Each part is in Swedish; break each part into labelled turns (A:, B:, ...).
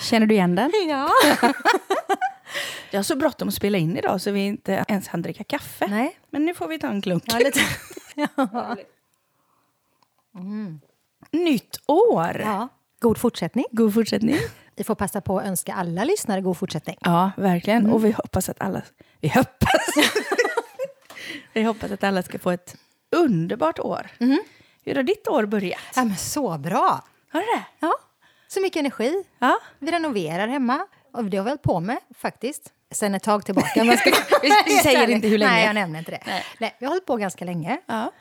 A: Känner du igen den?
B: Ja.
A: Jag har så bråttom att spela in idag så vi inte ens hann dricka kaffe.
B: Nej.
A: Men nu får vi ta en klunk.
B: Ja, lite.
A: Nytt år!
B: Mm. ja. God fortsättning.
A: God fortsättning.
B: Vi får passa på att önska alla lyssnare god fortsättning.
A: Ja, verkligen. Och vi hoppas att alla... Vi hoppas! vi hoppas att alla ska få ett underbart år. Hur har ditt år börjat?
B: Ja, men så bra!
A: Mm-hmm. Har du det?
B: Ja. Så mycket energi.
A: Ja.
B: Vi renoverar hemma. Och det har vi hållit på med, faktiskt. Sen ett tag tillbaka. om jag ska-
A: Vi- vi säger inte hur länge.
B: Nej, jag nämner inte det.
A: Nej.
B: Nej. vi har hållit på ganska länge.
A: ja.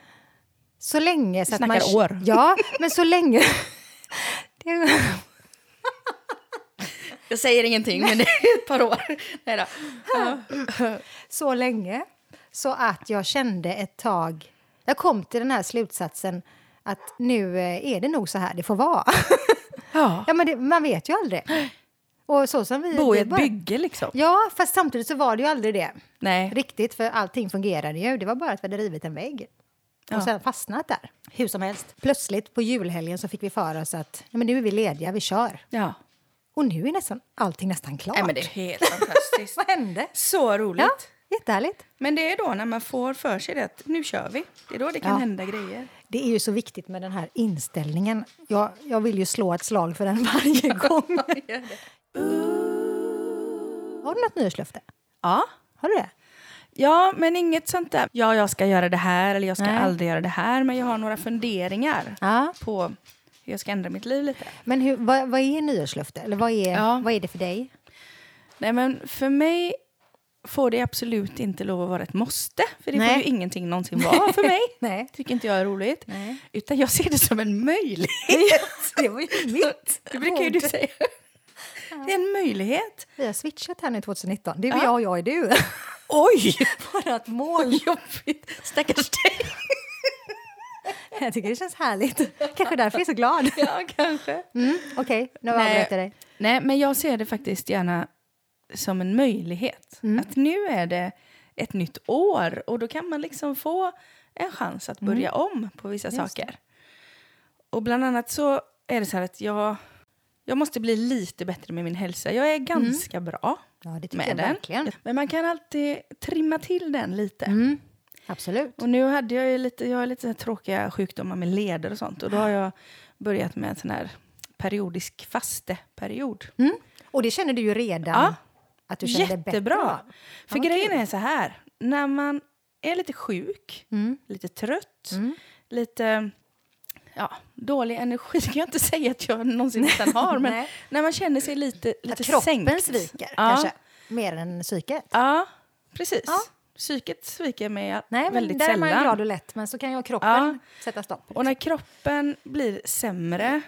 B: Så länge... Så att man,
A: snackar år.
B: Ja, men så länge... Det,
A: Jag säger ingenting, men det är ett par år. Nej då.
B: så länge så att jag kände ett tag... Jag kom till den här slutsatsen att nu eh, är det nog så här det får vara.
A: Ja.
B: ja, men det, man vet ju aldrig. Och så som vi...
A: Bo i
B: vi
A: ett
B: bara-
A: bygge, liksom.
B: Ja, fast samtidigt så var det ju aldrig det.
A: Nej.
B: Riktigt, för allting fungerade ju. Det var bara att vi hade rivit en vägg. Och sen fastnat där, hur som helst. Plötsligt på julhelgen så fick vi för oss att ja, men nu är vi lediga, vi kör.
A: Ja.
B: Och nu är nästan allting nästan klart.
A: Nej, men det är helt fantastiskt.
B: Vad hände?
A: Så roligt.
B: Ja, jättehärligt.
A: Men det är då när man får för sig det att nu kör vi. Det är då det kan
B: Ja.
A: hända grejer.
B: Det är ju så viktigt med den här inställningen. Jag, jag vill ju slå ett slag för den varje gång. Har du något nyårslöfte?
A: Ja.
B: Har du det?
A: Ja, men inget sånt där. Ja, jag ska göra det här eller jag ska
B: Nej.
A: aldrig göra det här. Men jag har några funderingar
B: Ja.
A: på hur jag ska ändra mitt liv lite.
B: Men hur, vad, vad är nyårslöfte? Eller vad är,
A: Ja.
B: vad är det för dig?
A: Nej, men för mig får det absolut inte lov att vara ett måste. För det
B: Nej.
A: får ju ingenting någonsin vara för mig.
B: Nej.
A: Tycker inte jag är roligt.
B: Nej.
A: Utan jag ser det som en möjlighet.
B: det var ju mitt
A: Det brukar ju du
B: ord.
A: säga. Det är en möjlighet.
B: Vi har switchat här nu 2019. Du är jag och jag är du.
A: Oj!
B: Vårat mål.
A: Jobbigt. Stackars dig.
B: Jag tycker det känns härligt. Kanske därför jag är så glad.
A: Ja, kanske.
B: Mm, Okej, nu avbröt jag dig.
A: Nej, men jag ser det faktiskt gärna som en möjlighet.
B: Mm.
A: Att nu är det ett nytt år och då kan man liksom få en chans att
B: Mm.
A: börja om på vissa saker. Och bland annat så är det så här att jag, jag måste bli lite bättre med min hälsa. Jag är ganska bra
B: Ja, Mm. det tycker jag
A: med den.
B: verkligen.
A: Men man kan alltid trimma till den lite.
B: Mm, absolut.
A: Och nu hade jag ju lite, jag har lite så här tråkiga sjukdomar med leder och sånt. Och då har jag börjat med en sån här periodisk fasteperiod.
B: Mm. Och det känner du ju redan.
A: Ja.
B: Att du känner dig bättre.
A: Jättebra! För
B: vad
A: grejen
B: kul.
A: är så här, när man är lite sjuk,
B: Mm.
A: lite trött, lite ja, dålig energi, kan jag inte säga att jag någonsin nästan har, men
B: Nej.
A: när man känner sig lite,
B: Att
A: lite
B: kroppen
A: sänkt.
B: sviker
A: Ja.
B: kanske. Mer än psyket.
A: Ja, precis.
B: Ja.
A: Psyket sviker mig
B: Nej, men
A: väldigt
B: där
A: sällan.
B: är man glad och lätt. Men så kan ju kroppen
A: Ja.
B: sätta stopp.
A: Och när kroppen blir sämre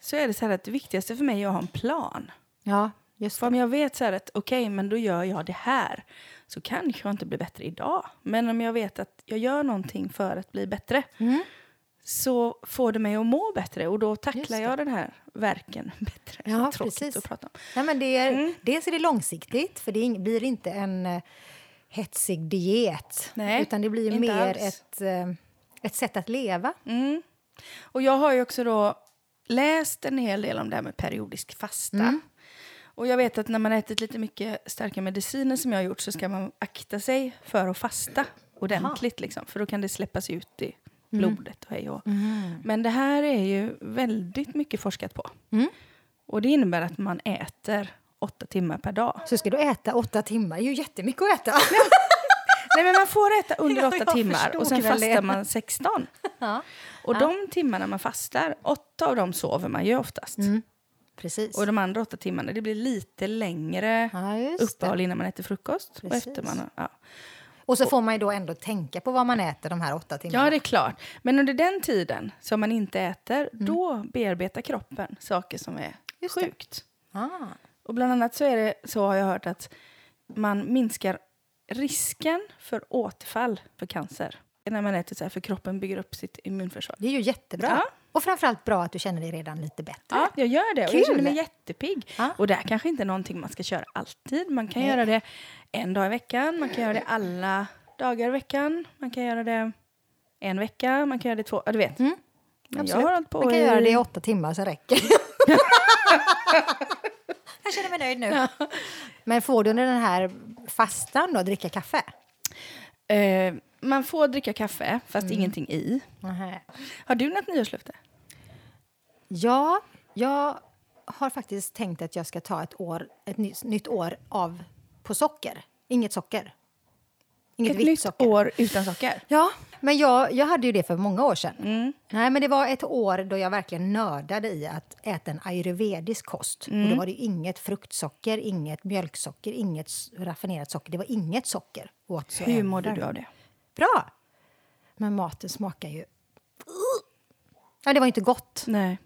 A: så är det så här att det viktigaste för mig är att ha en plan.
B: Ja, just
A: För om jag vet så här att okej, men då gör jag det här så kanske jag inte blir bättre idag. Men om jag vet att jag gör någonting för att bli bättre
B: Mm.
A: så får det mig att må bättre och då
B: Just
A: tacklar
B: det.
A: jag den här verken bättre.
B: Ja,
A: Så tråkigt
B: precis.
A: att prata om.
B: Nej, men det är,
A: Mm.
B: Dels är det långsiktigt, för det är ing- blir inte en eh, hetsig diet.
A: Nej,
B: utan det blir
A: inte
B: mer
A: alls.
B: ett, eh, ett sätt att leva.
A: Mm. Och jag har ju också då läst en hel del om det här med periodisk fasta. Och jag vet att när man har ätit lite mycket starka mediciner som jag har gjort så ska man akta sig för att fasta ordentligt. Liksom, för då kan det släppas ut i blodet och hej och. Men det här är ju väldigt mycket forskat på. Och det innebär att man äter åtta timmar per dag.
B: Så ska du äta åtta timmar. Det är ju jättemycket att äta.
A: Nej men man får äta under
B: Ja,
A: åtta
B: jag
A: timmar
B: förstod
A: och sen
B: väl
A: fastar
B: det.
A: man 16.
B: ja,
A: Och de timmarna man fastar, åtta av dem sover man ju oftast.
B: Mm. precis.
A: Och de andra åtta timmarna, det blir lite längre
B: Ja, just det.
A: uppehåll innan man äter frukost. Och
B: Precis.
A: efter man, har- ja.
B: Och så får man ju då ändå tänka på vad man äter de här åtta timmarna.
A: ja, det är klart. Men under den tiden som man inte äter, då bearbetar kroppen saker som är
B: Mm. Just det.
A: sjukt.
B: ah,
A: Och bland annat så är det så har jag hört att man minskar risken för återfall för cancer när man äter så här, för kroppen bygger upp sitt immunförsvar.
B: det är ju jättebra.
A: Ja.
B: Och framförallt bra att du känner dig redan lite bättre.
A: Ja, jag gör det. Och jag
B: Kul.
A: känner mig jättepigg.
B: Ja.
A: Och det här kanske inte är någonting man ska köra alltid. Man kan
B: Nej.
A: göra det en dag i veckan, man kan göra det alla dagar i veckan, man kan göra det en vecka, man kan göra det två... Ja, du vet.
B: Mm,
A: Men jag
B: absolut.
A: har hållit på
B: Man kan
A: i-
B: göra det i åtta timmar, så räcker det. Jag känner mig nöjd nu. Men får du under den här fastan då dricka kaffe?
A: Eh, man får dricka kaffe, fast
B: Mm.
A: ingenting i. Har du något nyårslöfte?
B: Ja, jag har faktiskt tänkt att jag ska ta ett, år, ett ny, nytt år av på socker. Inget socker. Inget
A: Ett
B: vitt
A: nytt
B: socker.
A: år utan socker?
B: Ja, men jag, jag hade ju det för många år sedan.
A: Mm.
B: Nej, men det var ett år då jag verkligen nördade i att äta en ayurvedisk kost. Och då var det ju inget fruktsocker, inget mjölksocker, inget s- raffinerat socker. Det var inget socker. whatsoever.
A: Hur mådde du av det?
B: Bra! Men maten smakar ju... Ja, det var inte gott.
A: Nej.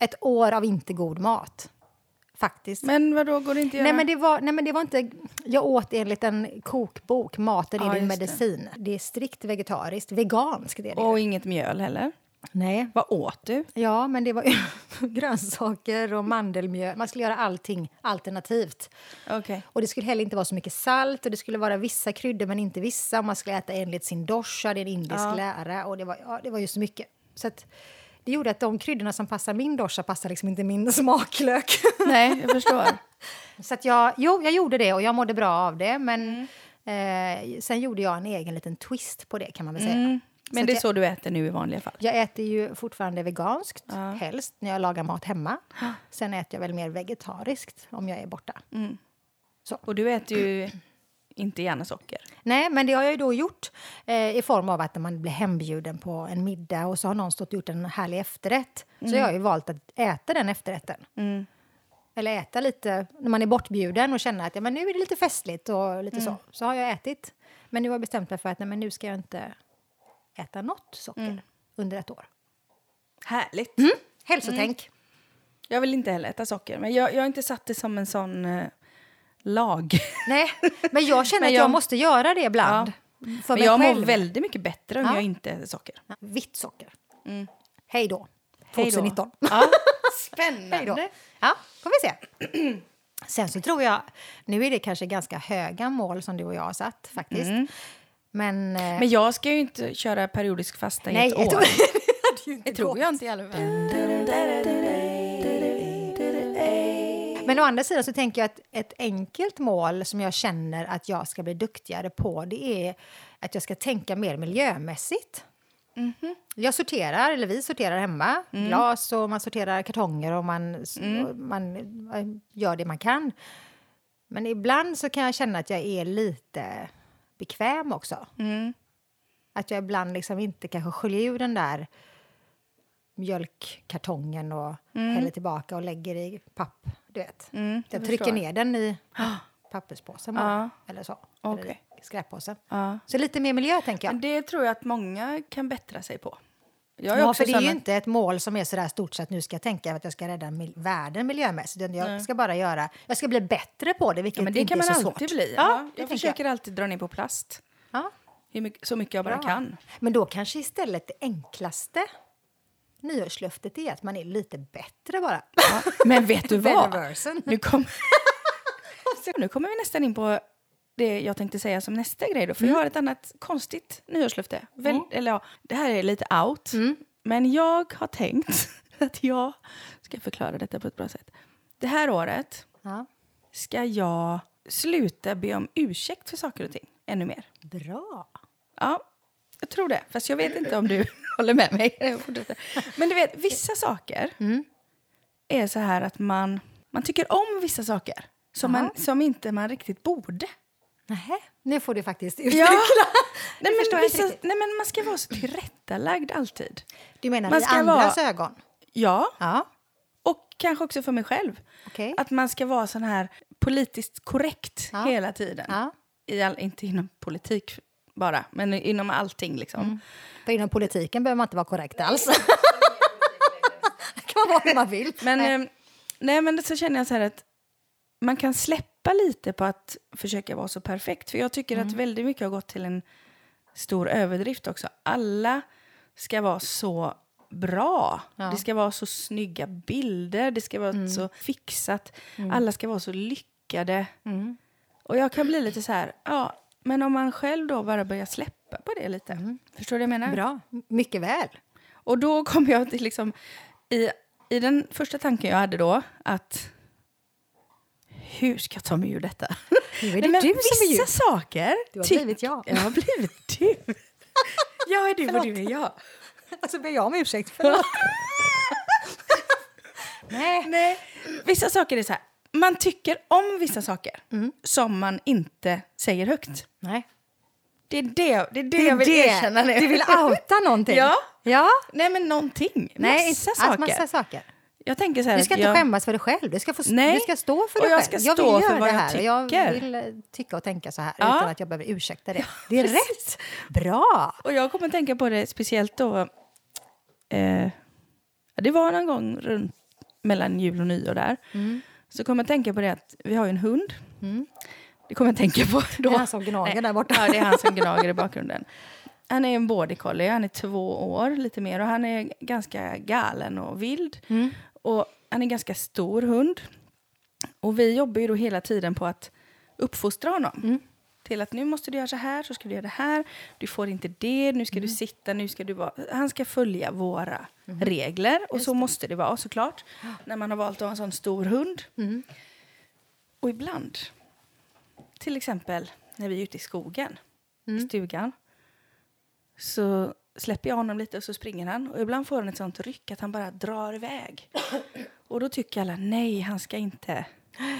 B: Ett år av inte god mat, faktiskt.
A: Men vad då går det inte att
B: Nej
A: göra?
B: men, det var, nej, men det var inte... Jag åt enligt en kokbok, Maten är
A: Ja,
B: din
A: just det.
B: medicin. Det. är strikt vegetariskt, veganskt är det.
A: Och inget mjöl heller?
B: Nej.
A: Vad åt du?
B: Ja, men det var ju grönsaker och mandelmjöl. Man skulle göra allting alternativt.
A: Okej.
B: Och Det skulle heller inte vara så mycket salt och det skulle vara vissa kryddor men inte vissa. Och Man skulle äta enligt sin dosha, det är en indisk
A: Ja.
B: lära. Och det, var, ja, det var ju så mycket. Så att, det gjorde att de kryddorna som passar min dosha passar liksom inte min smaklök.
A: Nej, jag förstår.
B: så att jag, jo, jag gjorde det och jag mådde bra av det. Men eh, sen gjorde jag en egen liten twist på det kan man väl säga.
A: Mm. Men
B: att
A: det är
B: jag-
A: så du äter nu i vanliga fall?
B: Jag äter ju fortfarande veganskt, helst, när jag lagar mat hemma. Sen äter jag väl mer vegetariskt om jag är borta.
A: Och du äter ju inte gärna socker.
B: Nej, men det har jag ju då gjort eh, i form av att när man blir hembjuden på en middag och så har någon stått och gjort en härlig efterrätt. Så jag har ju valt att äta den efterrätten. Eller äta lite när man är bortbjuden och känner att ja, men nu är det lite festligt och lite så. Så har jag ätit. Men nu har jag bestämt mig för att nej, men nu ska jag inte äta något socker under ett år.
A: Härligt.
B: Mm. Hälsotänk.
A: Jag vill inte heller äta socker, men jag, jag har inte satt det som en sån eh, lag.
B: Nej, men jag känner
A: Men
B: att jag
A: jag-
B: måste göra det ibland. För
A: men
B: mig
A: jag mår
B: själv.
A: väldigt mycket bättre om
B: Ja.
A: jag inte äter socker.
B: Vitt socker. Hej då.
A: Mm. Hej då.
B: 2019.
A: Ja.
B: Hej då.
A: Spännande.
B: Ja, får vi se. Sen så tror jag... Nu är det kanske ganska höga mål som du och jag har satt faktiskt. Men... eh,
A: Mm. Men jag ska ju inte köra periodisk fasta i ett år.
B: jag tror- Mm. det hade ju inte
A: Det tror
B: gått.
A: jag inte i alla fall.
B: Men å andra sidan så tänker jag att ett enkelt mål som jag känner att jag ska bli duktigare på det är att jag ska tänka mer miljömässigt. Jag sorterar, eller vi sorterar hemma,
A: Mm.
B: glas och man sorterar kartonger och man, och man eh, gör det man kan. Men ibland så kan jag känna att jag är lite bekväm också.
A: Mm.
B: Att jag ibland liksom inte kanske sköljer ur den där mjölkkartongen och häller tillbaka och lägger i papp. Du vet.
A: Mm, jag
B: jag trycker
A: förstår.
B: ner den i papperspåsen bara,
A: Ja.
B: eller så. Eller
A: Okej.
B: i skräppåsen.
A: Ja.
B: Så lite mer miljö, tänker jag.
A: Men det tror jag att många kan bättra sig på. Jag är
B: Ja,
A: också
B: för det är ju
A: sån att-
B: inte ett mål som är så där stort så att nu ska jag tänka att jag ska rädda mil- världen miljömässigt. utan Jag ska bara göra, jag ska bli bättre på det, vilket
A: ja, men det
B: inte
A: kan man
B: är så
A: alltid
B: svårt.
A: bli.
B: Ja,
A: Ja,
B: det
A: jag
B: tänker
A: försöker alltid dra ner på plast.
B: jag. Ja.
A: Hur mycket, så mycket jag bara
B: Bra.
A: kan.
B: Men då kanske istället det enklaste nyårslöftet är att man är lite bättre bara.
A: Men vet du vad?
B: Better-versen.
A: Nu, kom... nu kommer vi nästan in på det jag tänkte säga som nästa grej. Då, för Jag har ett annat konstigt nyårslöfte. Väl, eller, ja, det här är lite out, men jag har tänkt att jag ska förklara detta på ett bra sätt. Det här året
B: Ja.
A: ska jag sluta be om ursäkt för saker och ting ännu mer.
B: Bra.
A: Ja, jag tror det. Fast jag vet inte om du håller med mig. Jag fortsätter. Men du vet, vissa saker
B: Mm.
A: är så här att man, man tycker om vissa saker som, man, som inte man riktigt borde.
B: Nähä. Nu får du faktiskt
A: Ja.
B: utveckla.
A: Nej,
B: förstår
A: men
B: jag inte
A: vissa,
B: riktigt.
A: nej, men man ska vara så tillrättalagd alltid.
B: Du menar
A: Man
B: i
A: ska
B: andras
A: vara-
B: ögon?
A: Ja,
B: Ja.
A: och kanske också för mig själv.
B: Okej.
A: Att man ska vara sån här politiskt korrekt
B: Ja.
A: hela tiden.
B: Ja.
A: I all, inte inom politik bara, men inom allting liksom.
B: Mm. För inom politiken behöver man inte vara korrekt alls. kan man vara hur man vill.
A: Men,
B: Nej.
A: nej. nej, men så känner jag så här att man kan släppa lite på att försöka vara så perfekt. För jag tycker att väldigt mycket har gått till en stor överdrift också. Alla ska vara så bra.
B: Ja.
A: Det ska vara så snygga bilder, det ska vara så fixat. Alla ska vara så lyckade. Och jag kan bli lite så här, ja, men om man själv då bara börjar släppa på det lite. Mm. Förstår du vad jag menar?
B: Bra. Mycket väl.
A: Och då kom jag till liksom, i, i den första tanken jag hade då, att hur ska jag ta mig ur detta?
B: Nu är det
A: Nej, men
B: du som är
A: vissa
B: djur.
A: saker...
B: Du har
A: tyck-
B: blivit jag.
A: Jag har blivit du. Jag är du och du är jag.
B: Alltså ber jag om ursäkt. Förlåt. Nej.
A: Nej. Vissa saker är så här, man tycker om vissa saker som man inte säger högt.
B: Nej.
A: Det är det, det, är det,
B: Det är
A: jag vill
B: det.
A: erkänna nu.
B: Du vill outa någonting.
A: Ja.
B: Ja.
A: Nej, men någonting.
B: Nej,
A: alltså, massa
B: inte-
A: saker.
B: Att massa saker.
A: Jag tänker så här
B: Du ska
A: att
B: inte
A: jag,
B: skämmas för dig själv. Du ska, få,
A: Nej.
B: du ska stå för
A: Och
B: dig
A: jag
B: själv.
A: ska
B: jag vill
A: stå för
B: göra
A: vad
B: det
A: jag
B: här. och Jag
A: tycker.
B: vill eh, tycka och tänka så här
A: Ja.
B: utan att jag behöver ursäkta det. Det är rätt. Bra.
A: Och jag kommer tänka på det speciellt då... Eh, ja, det var någon gång runt mellan jul och nyår där.
B: Mm.
A: Så kommer jag tänka på det att vi har ju en hund. Det kommer jag tänka på då.
B: Det är han som gnager
A: Nej.
B: där borta.
A: Ja, det är han som gnager i bakgrunden. Han är en border collie, han är två år lite mer och han är ganska galen och vild.
B: Mm.
A: Och han är en ganska stor hund. Och vi jobbar ju då hela tiden på att uppfostra honom. Till att nu måste du göra så här, så ska du göra det här, du får inte det, nu ska du sitta, nu ska du vara... Han ska följa våra regler och så måste det vara såklart. När man har valt att ha en sån stor hund. Och ibland, till exempel när vi är ute i skogen,
B: Mm.
A: i stugan, så släpper jag honom lite och så springer han. Och ibland får han ett sånt ryck att han bara drar iväg. Och då tycker alla, nej, han ska inte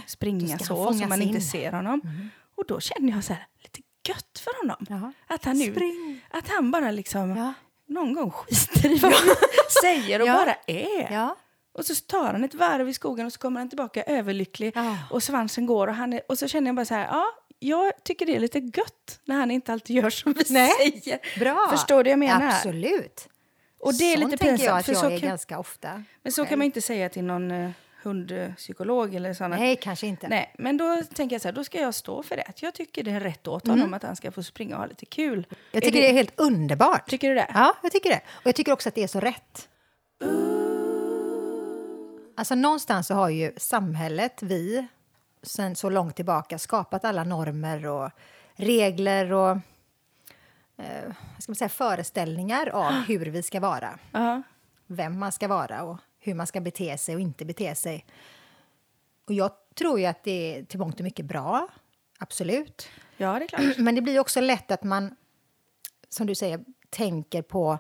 A: springa
B: Då ska han
A: så, så
B: fångas
A: man inte
B: in. Mm.
A: ser honom. Och då känner jag så här, lite gött för honom.
B: Jaha.
A: Att han nu,
B: Spring.
A: att han bara liksom,
B: Ja.
A: någon gång skiter i vad vi säger och
B: Ja.
A: bara är.
B: Ja.
A: Och så tar han ett varv i skogen och så kommer han tillbaka överlycklig
B: Ja.
A: och svansen går och, han är, och så känner jag bara så här, ja, jag tycker det är lite gött när han inte alltid gör som vi
B: Nej.
A: säger.
B: Bra.
A: Förstår du vad jag menar?
B: Absolut.
A: Och det är
B: Sånt
A: lite
B: tänker jag
A: pinsamt,
B: att
A: för
B: jag
A: så
B: är
A: kan-
B: ganska ofta.
A: Men så kan man ju inte säga till någon eh, hundpsykolog eller sådana.
B: Nej, kanske inte.
A: Nej, men då tänker jag så här, då ska jag stå för det. Att Jag tycker det är rätt åt honom att han ska få springa och ha lite kul.
B: Mm. Jag tycker det... är helt underbart.
A: Tycker du det?
B: Ja, jag tycker det. Och jag tycker också att det är så rätt. Alltså någonstans så har ju samhället, vi, sen så långt tillbaka skapat alla normer och regler och eh, vad ska man säga, föreställningar av hur vi ska vara.
A: Ja.
B: Vem man ska vara och hur man ska bete sig och inte bete sig. Och jag tror ju att det är till mångt och mycket bra, absolut.
A: ja, det är klart.
B: Men det blir också lätt att man, som du säger, tänker på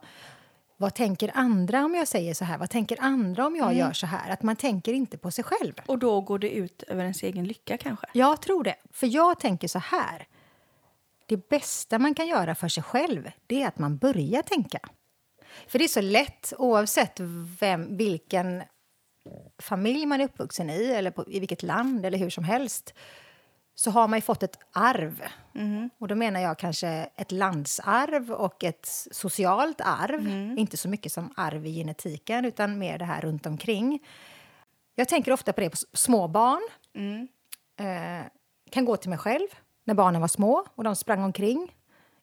B: vad tänker andra om jag säger så här? Vad tänker andra om jag gör så här? Att man tänker inte på sig själv.
A: Och då går det ut över ens egen lycka kanske.
B: Jag tror det. För jag tänker så här. Det bästa man kan göra för sig själv, det är att man börjar tänka. För det är så lätt, oavsett vem, vilken familj man är uppvuxen i eller på, i vilket land eller hur som helst, så har man ju fått ett arv. Och då menar jag kanske ett landsarv och ett socialt arv. Inte så mycket som arv i genetiken, utan mer det här runt omkring. Jag tänker ofta på det på s- små barn
A: Mm.
B: eh, kan gå till mig själv när barnen var små och de sprang omkring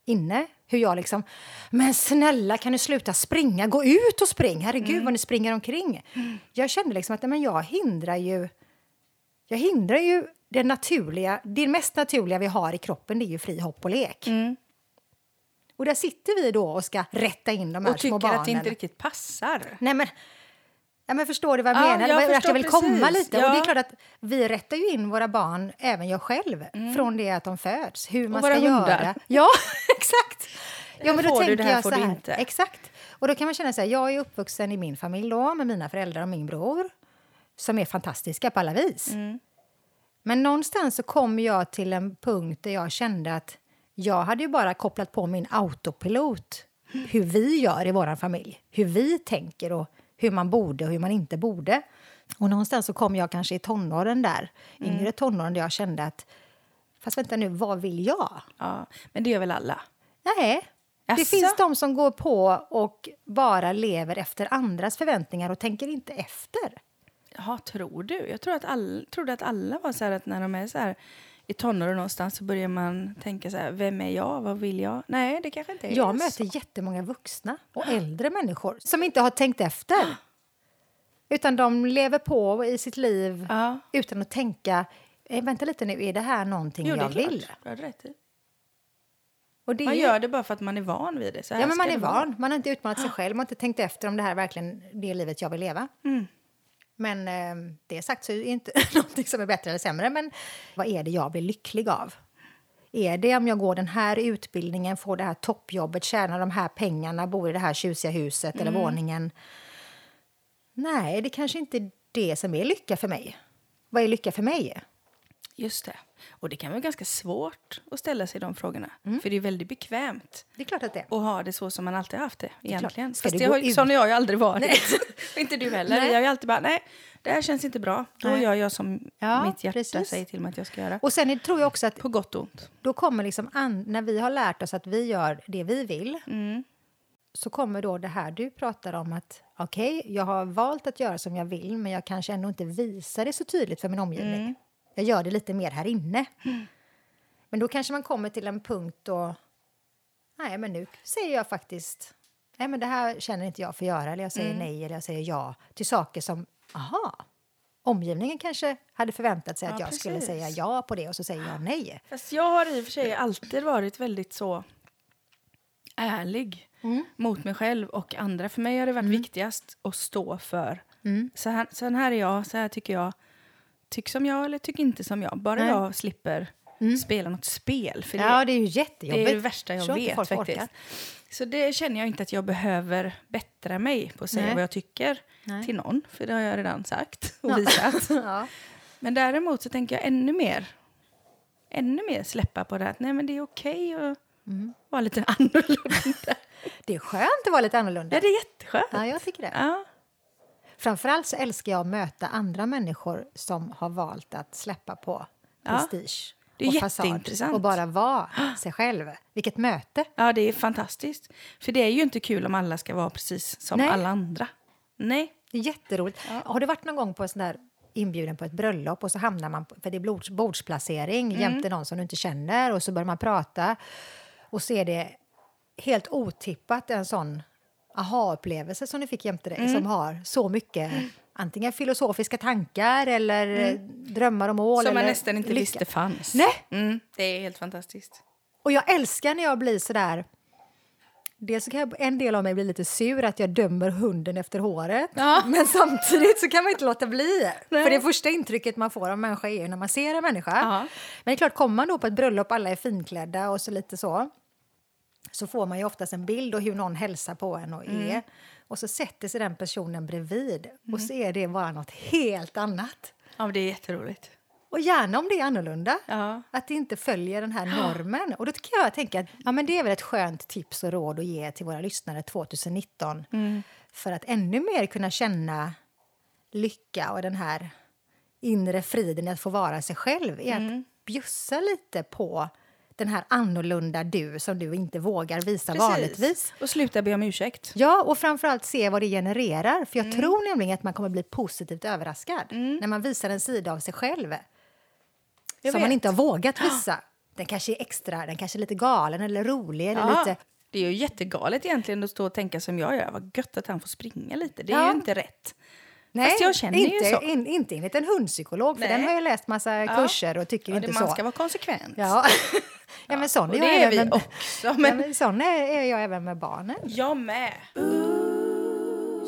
B: inne. Hur jag liksom, men snälla kan du sluta springa, gå ut och spring, herregud
A: Mm.
B: vad ni springer omkring. Jag kände liksom att men jag hindrar ju, jag hindrar ju det naturliga, det mest naturliga vi har i kroppen det är ju fri hopp och lek.
A: Mm.
B: Och där sitter vi då och ska rätta in de här
A: Och
B: små
A: tycker
B: barnen.
A: att det inte riktigt passar.
B: Nej, men, ja, men förstår du vad jag
A: Ja,
B: menar?
A: jag
B: Jag, jag,
A: förstår
B: jag vill
A: precis.
B: komma lite. Och det
A: Ja.
B: är klart att vi rättar ju in våra barn, även jag själv, från det att de föds. Hur man
A: Mm. våra
B: ska
A: hundar.
B: göra. Ja, exakt. Ja, men då
A: får du,
B: tänker
A: det här
B: jag
A: får
B: så
A: du
B: här.
A: inte.
B: Exakt. Och då kan man känna så här, jag är uppvuxen i min familj då, med mina föräldrar och min bror, som är fantastiska på alla vis.
A: Mm.
B: Men någonstans så kom jag till en punkt där jag kände att jag hade ju bara kopplat på min autopilot hur vi gör i vår familj, hur vi tänker och hur man borde och hur man inte borde. Och någonstans så kom jag kanske i tonåren där,
A: Mm.
B: yngre tonåren, där jag kände att fast vänta nu, vad vill jag?
A: Ja, men det gör väl alla?
B: Nej. Det
A: Jaså?
B: finns de som går på och bara lever efter andras förväntningar och tänker inte efter.
A: Jaha, tror du? Jag tror att all, trodde att alla var så här att när de är så här i tonåren någonstans så börjar man tänka så här, vem är jag, vad vill jag? Nej, det kanske inte är
B: Jag
A: så.
B: möter jättemånga vuxna och äldre människor som inte har tänkt efter. Utan de lever på i sitt liv
A: Ja.
B: utan att tänka eh, vänta lite nu, är det här någonting
A: Jo, det är
B: jag
A: klart.
B: vill?
A: Du hade rätt i.
B: Och det
A: Man
B: är-
A: gör det bara för att man är van vid det. Så här
B: ja, men
A: ska
B: man
A: det vara.
B: är van, man har inte utmanat sig själv, man har inte tänkt efter om det här är verkligen det livet jag vill leva. Men eh, det sagt så är det inte någonting som är bättre eller sämre, men vad är det jag blir lycklig av? Är det om jag går den här utbildningen, får det här toppjobbet, tjänar de här pengarna, bor i det här tjusiga huset eller våningen? Nej, det kanske inte är det som är lycka för mig. Vad är lycka för mig?
A: Just det. Och det kan vara ganska svårt att ställa sig de frågorna.
B: Mm.
A: För det är väldigt bekvämt
B: Det är klart att det är.
A: att ha det så som man alltid haft det egentligen.
B: Ska
A: Fast
B: det
A: det
B: gå
A: har, ju-
B: ut?
A: sån har jag ju aldrig varit. inte du heller.
B: Nej.
A: Jag har ju alltid bara, nej, det här känns inte bra. Då
B: Nej.
A: gör jag som
B: Ja,
A: mitt hjärta
B: precis.
A: säger till mig att jag ska göra.
B: Och sen är, tror jag också att
A: På gott och ont.
B: då kommer liksom an, när vi har lärt oss att vi gör det vi vill
A: Mm.
B: så kommer då det här du pratar om att okej, jag har valt att göra som jag vill men jag kanske ändå inte visar det så tydligt för min omgivning.
A: Mm.
B: Jag gör det lite mer här inne. Men då kanske man kommer till en punkt då nej, men nu säger jag faktiskt nej, men det här känner inte jag för att göra eller jag
A: Mm.
B: säger nej eller jag säger ja till saker som aha, omgivningen kanske hade förväntat sig
A: Ja,
B: att jag skulle
A: precis.
B: säga ja på det och så säger jag nej.
A: Fast jag har i och för sig alltid varit väldigt så ärlig mot mig själv och andra. För mig har det varit viktigast att stå för så, här, så här är jag, så här tycker jag. Tyck som jag eller tyck inte som jag. Bara
B: Nej.
A: jag slipper spela något spel. För det,
B: Ja, det är ju
A: det
B: jättejobbigt.
A: är det värsta jag
B: Tror inte
A: vet
B: folk
A: faktiskt.
B: orkar.
A: Så det känner jag inte att jag behöver bättra mig på att säga
B: Nej.
A: vad jag tycker
B: Nej.
A: till någon. För det har jag redan sagt och
B: Ja.
A: visat.
B: Ja.
A: Men däremot så tänker jag ännu mer, ännu mer släppa på det här. att Nej, men det är okej att
B: Mm.
A: vara lite annorlunda.
B: Det är skönt att vara lite
A: ja,
B: annorlunda.
A: det är jätteskönt.
B: Ja, jag tycker det.
A: Ja.
B: Framförallt så älskar jag att möta andra människor som har valt att släppa på
A: Ja.
B: prestige
A: Det är
B: och fasad
A: jätteintressant.
B: och bara vara sig själv. Vilket möte!
A: ja, det är fantastiskt. För det är ju inte kul om alla ska vara precis som
B: Nej.
A: alla andra. Nej.
B: Det är jätteroligt. Har du varit någon gång på en sån där inbjuden på ett bröllop och så hamnar man på, för det är bords, bordsplacering
A: Mm.
B: jämte någon som du inte känner och så börjar man prata och så är det helt otippat en sån aha-upplevelse som du fick jämte dig
A: Mm.
B: som har så mycket antingen filosofiska tankar eller drömmar och mål.
A: Mm. Som man
B: eller
A: nästan inte
B: lycka.
A: visste fanns.
B: Nej.
A: Mm, det är helt fantastiskt.
B: Och jag älskar när jag blir så där... Dels så kan jag, en del av mig blir lite sur att jag dömer hunden efter håret. Men samtidigt så kan man inte låta bli. För det första intrycket man får av en människa är ju när man ser en människa.
A: Ja.
B: Men det är klart, kommer man då på ett bröllop alla är finklädda och så lite så så får man ju oftast en bild och hur någon hälsar på en och är. Och så sätter sig den personen bredvid och så är det bara något helt annat.
A: Ja, men det är jätteroligt.
B: Och gärna om det är annorlunda.
A: Ja.
B: Att det inte följer den här normen. Och då tycker jag, tänka att ja, men det är väl ett skönt tips och råd att ge till våra lyssnare 2019. För att ännu mer kunna känna lycka och den här inre friden i att få vara sig själv. Är att bjussa lite på den här annorlunda du som du inte vågar visa vanligtvis.
A: Och sluta be om ursäkt.
B: Ja, och framförallt se vad det genererar. För jag
A: Mm.
B: tror nämligen att man kommer bli positivt överraskad när man visar en sida av sig själv
A: Jag
B: som
A: vet.
B: man inte har vågat visa. Den kanske är extra, den kanske är lite galen eller rolig. Eller
A: Ja,
B: lite...
A: Det är ju jättegalet egentligen att stå och tänka som jag gör. Vad gött att han får springa lite. Det är
B: Ja.
A: ju inte rätt. Fast jag känner ju
B: inte,
A: så.
B: In, inte enligt en hundpsykolog, för
A: Nej.
B: den har ju läst massa
A: Ja.
B: kurser och tycker
A: Ja, det,
B: inte
A: man
B: så.
A: ska vara konsekvent.
B: Ja. ja, men sån
A: Och
B: är
A: det
B: jag
A: är vi
B: även-
A: också.
B: Ja,
A: Men
B: men sån är, är jag även med barnen.
A: Jag med. Nu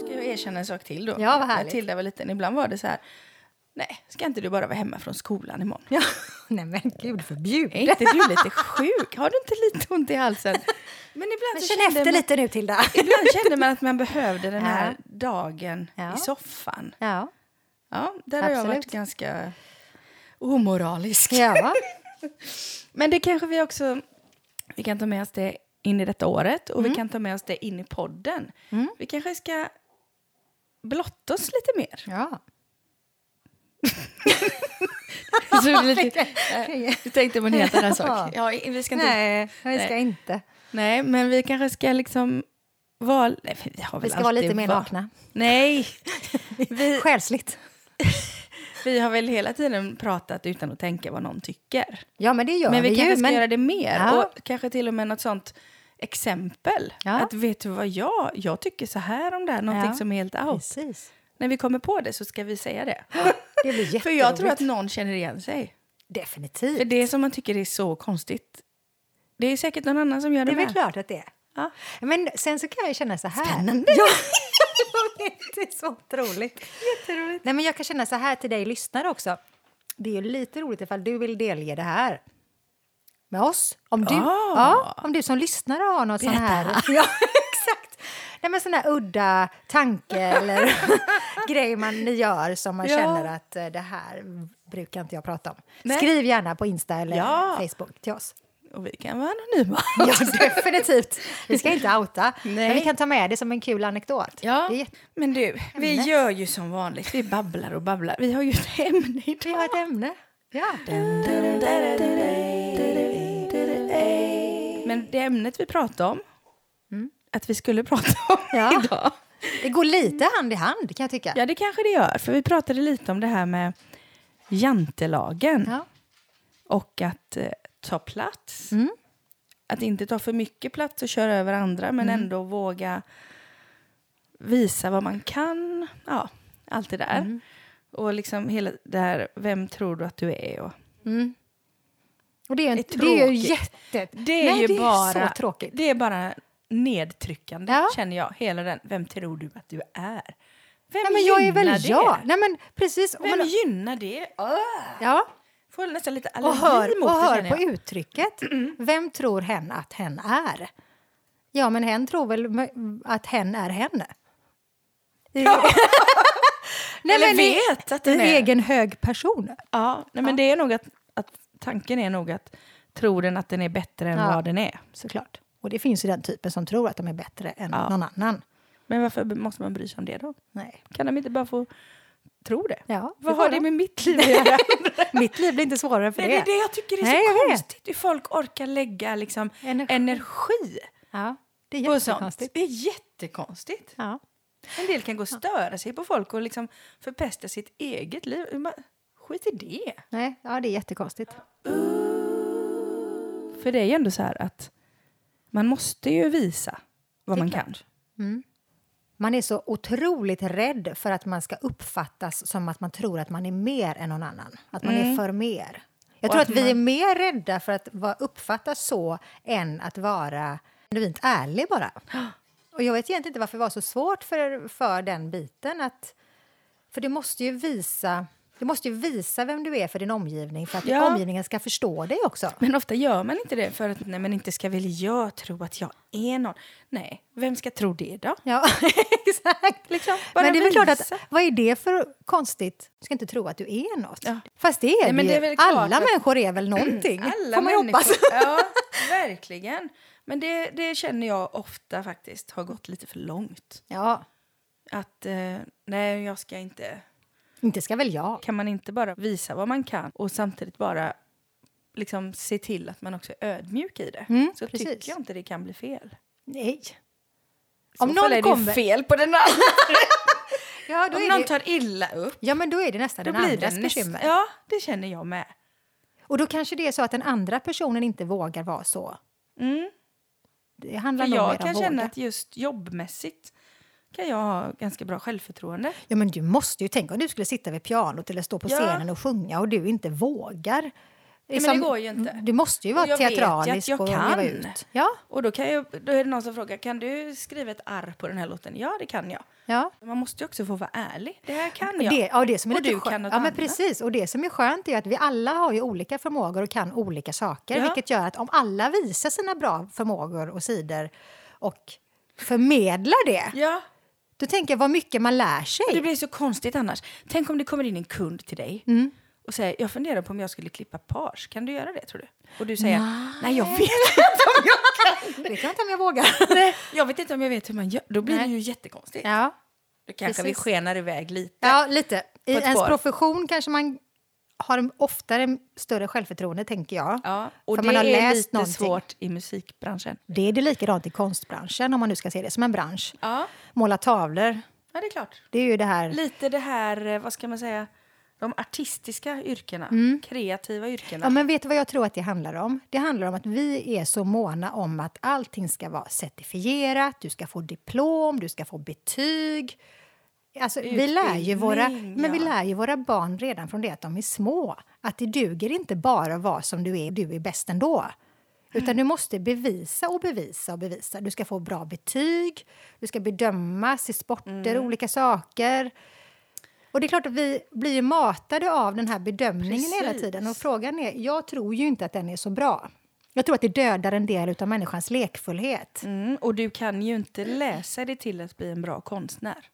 A: ska jag erkänna en sak till då.
B: Ja, vad härligt.
A: När Tilda var liten, ibland var det så här. Nej, ska inte du bara vara hemma från skolan imorgon?
B: Ja. Nej, men gud
A: Är
B: förbjude.
A: inte du lite sjuk? Har du inte lite ont i halsen? Men ibland
B: Men
A: så
B: känn
A: kände
B: efter
A: man,
B: lite nu, Tilda.
A: Ibland kände man att man behövde den här
B: Ja.
A: dagen
B: Ja.
A: i soffan.
B: Ja.
A: Ja, där har jag
B: Absolut.
A: varit ganska omoralisk.
B: ja.
A: Men det kanske vi också vi kan ta med oss det in i detta året och vi kan ta med oss det in i podden. Vi kanske ska blotta oss lite mer.
B: ja.
A: Så det är lite, eh, du tänkte på en helt annan sak. Ja, vi ska inte, nej.
B: Nej, vi ska
A: Nej.
B: inte.
A: men vi kanske ska liksom vara... Nej, för vi, har väl
B: Vi ska vara lite
A: alltid
B: mer
A: va-
B: nakna.
A: Nej, vi,
B: Själsligt.
A: Vi har väl hela tiden pratat utan att tänka vad någon tycker.
B: Ja, men det gör
A: men vi, kanske
B: ju.
A: ska
B: men-
A: göra det mer.
B: Ja.
A: Och kanske till och med något sånt exempel.
B: Ja.
A: Att vet du vad jag, jag tycker så här om det här, någonting
B: Ja.
A: som är helt out.
B: Precis.
A: När vi kommer på det så ska vi säga det.
B: Det blir jätteroligt.
A: För jag tror att någon känner igen sig. För
B: Definitivt.
A: det som man tycker är så konstigt. Det är säkert någon annan som gör
B: Det
A: det,
B: är väl
A: med.
B: klart att det är.
A: Ja.
B: Men sen så kan jag känna så här. Spännande! Ja, jag vet, det är så otroligt. Jätteroligt. Nej, men jag kan känna så här till dig lyssnare också. Det är ju lite roligt ifall du vill delge det här med oss. Om du,
A: Ah.
B: ja, om du som lyssnare har något sån här... Ja, exakt. Nej, men sån här udda tanke eller grej man, ni gör som man
A: Ja.
B: känner att eh, det här brukar inte jag prata om.
A: Nej.
B: Skriv gärna på Insta eller
A: Ja.
B: Facebook till oss.
A: Och vi kan vara anonyma.
B: Ja, definitivt. Vi ska inte outa, men
A: Nej.
B: vi kan ta med det som en kul anekdot. Det är
A: Ja.
B: jätte-
A: Men du, vi gör ju som vanligt. Vi babblar och babblar. Vi har ju ett ämne
B: vi
A: idag.
B: har ett ämne. Eh, Ja.
A: Men det ämnet vi pratade om, att vi skulle prata om
B: Mm. Ja.
A: idag.
B: Det går lite hand i hand, kan jag tycka.
A: Ja, det kanske det gör. För vi pratade lite om det här med jantelagen.
B: Ja.
A: Och att eh, ta plats.
B: Mm.
A: Att inte ta för mycket plats och köra över andra, men
B: Mm.
A: ändå våga visa vad man kan. Ja, allt det där.
B: Mm.
A: Och liksom hela det här, vem tror du att du är? Och,
B: Och det är, en,
A: Det är
B: det är ju
A: tråkigt.
B: jätte...
A: det är
B: Nej,
A: ju
B: det är
A: bara,
B: så tråkigt.
A: Det är bara nedtryckande,
B: Ja.
A: känner jag. Hela den, vem tror du att du är? Vem
B: Nej, men jag är väl
A: gynnar det?
B: jag. Nej, men precis. Och
A: Vem
B: man-
A: gynnar det?
B: ja.
A: Får nästan lite
B: Och
A: allergi
B: hör,
A: mot
B: och
A: det,
B: hör
A: känner
B: på
A: jag. Mm.
B: uttrycket. Vem tror hen att hen är? Ja, men hen tror väl m- att hen är henne. I- Nej,
A: Eller
B: men i-
A: vet att den
B: i
A: är.
B: egen hög person.
A: Ja, nej, men det är nog att, att tanken är nog att tror den att den är bättre än
B: Ja.
A: vad den är.
B: såklart. Och det finns ju den typen som tror att de är bättre än
A: Ja.
B: någon annan.
A: Men varför b- måste man bry sig om det då?
B: Nej.
A: Kan de inte bara få tro det?
B: Ja,
A: vad
B: får
A: har det
B: de.
A: med mitt liv att göra?
B: Mitt liv blir inte svårare för
A: Nej,
B: det.
A: det är det jag tycker är
B: Nej, jag
A: så
B: vet.
A: konstigt. Hur folk orkar lägga liksom,
B: Energi.
A: energi,
B: Ja, det är
A: på sånt.
B: jättekonstigt.
A: Det är jättekonstigt.
B: Ja.
A: En del kan gå och störa sig på folk och liksom förpesta sitt eget liv. Hur man- Skit i det.
B: Nej, ja, det är jättekonstigt.
A: För det är ju ändå så här att man måste ju visa vad
B: Det är
A: man kan.
B: Man är så otroligt rädd för att man ska uppfattas som att man tror att man är mer än någon annan. Att man är för mer.
A: Mm.
B: Jag
A: Och
B: tror att,
A: att
B: vi är mer rädda för att vara- uppfattas så än att vara genuint ärlig bara. Och jag vet egentligen inte varför det var så svårt för, för den biten att... För det måste ju visa... Du måste ju visa vem du är för din omgivning för att
A: Ja.
B: omgivningen ska förstå dig också.
A: Men ofta gör man inte det för att nej, men inte ska väl jag tro att jag är någon. Nej, vem ska tro det då?
B: Ja, exakt.
A: Liksom, bara
B: men det är väl klart att,
A: visa.
B: vad är det för konstigt? Du ska inte tro att du är något.
A: Ja.
B: Fast det är,
A: Nej, men
B: det
A: det är
B: ju.
A: väl klart
B: Alla
A: att-
B: människor är väl någonting? får man ju hoppas.
A: Ja, verkligen. Men det, det känner jag ofta faktiskt har gått lite för långt.
B: Ja,
A: Att eh, nej, jag ska inte.
B: inte ska väl jag.
A: Kan man inte bara visa vad man kan och samtidigt bara liksom se till att man också är ödmjuk i det.
B: Mm,
A: så
B: precis.
A: tycker jag inte det kan bli fel.
B: Nej.
A: I
B: Om
A: så
B: någon
A: fall är det
B: kommer-
A: ju fel på den andra.
B: Ja, då
A: Om
B: är
A: någon
B: det,
A: tar illa upp,
B: ja, men då är det nästan
A: då
B: den
A: blir
B: andras
A: det
B: bekymmer.
A: nästa. Ja, det känner jag med.
B: Och då kanske det är så att den andra personen inte vågar vara så.
A: Mm.
B: Det
A: För
B: handlar nog mer om
A: jag kan
B: våga.
A: känna att just jobbmässigt kan jag ha ganska bra självförtroende.
B: Ja, men du måste ju tänka om du skulle sitta vid pianot eller stå på
A: Ja.
B: scenen och sjunga och du inte vågar. Liksom,
A: men det går ju inte.
B: Du måste ju
A: Och
B: vara
A: jag vet ju att
B: teatralisk
A: jag
B: och
A: kan.
B: leva ut. Ja,
A: Och då, kan jag, då är det någon som frågar, kan du skriva ett arr på den här låten? Ja, det kan jag.
B: ja.
A: Man måste ju också få vara ärlig. Det här kan jag.
B: Det, ja, det som är
A: Och
B: lite
A: du
B: skö-
A: kan något
B: ja, men
A: annat.
B: precis. Och det som är skönt är att vi alla har ju olika förmågor och kan olika saker.
A: Ja.
B: Vilket gör att om alla visar sina bra förmågor och sidor och förmedlar det,
A: Ja,
B: då tänker jag vad mycket man lär sig.
A: och det blir så konstigt annars. Tänk om det kommer in en kund till dig och säger, jag funderar på om jag skulle klippa page. Kan du göra det tror du? Och du säger, nej, jag vet
B: vet jag inte om jag vågar.
A: inte. Jag vet inte om jag vet hur man gör. Då blir
B: Nej.
A: det ju jättekonstigt.
B: Ja,
A: Då kanske
B: precis.
A: vi skenar iväg lite.
B: ja lite. I
A: ett
B: ens
A: spår.
B: profession kanske man har oftare större självförtroende, tänker jag.
A: Ja, och
B: För
A: det
B: man har
A: är
B: läst
A: lite
B: någonting.
A: svårt i musikbranschen.
B: Det är det likadant i konstbranschen, om man nu ska se det som en bransch.
A: Ja.
B: Måla tavlor,
A: ja, det är klart. Mm.
B: det är ju det här...
A: Lite det här, eh, vad ska man säga, De artistiska yrkena, kreativa yrkena.
B: Mm. Ja, men vet du vad jag tror att det handlar om? Det handlar om att vi är så måna om att allting ska vara certifierat, du ska få diplom, du ska få betyg. Alltså, vi, lär ju våra,
A: Utbildning,
B: men vi
A: ja.
B: lär ju våra barn redan från det att de är små att det duger inte bara att vara som du är, du är bäst ändå. Utan du måste bevisa och bevisa och bevisa. Du ska få bra betyg, du ska bedömas i sporter,
A: Mm.
B: olika saker. Och det är klart att vi blir ju matade av den här bedömningen hela
A: Precis.
B: tiden. Och frågan är, jag tror ju inte att den är så bra. Jag tror att det dödar en del av människans lekfullhet.
A: Mm, och du kan ju inte läsa dig till att bli en bra konstnär.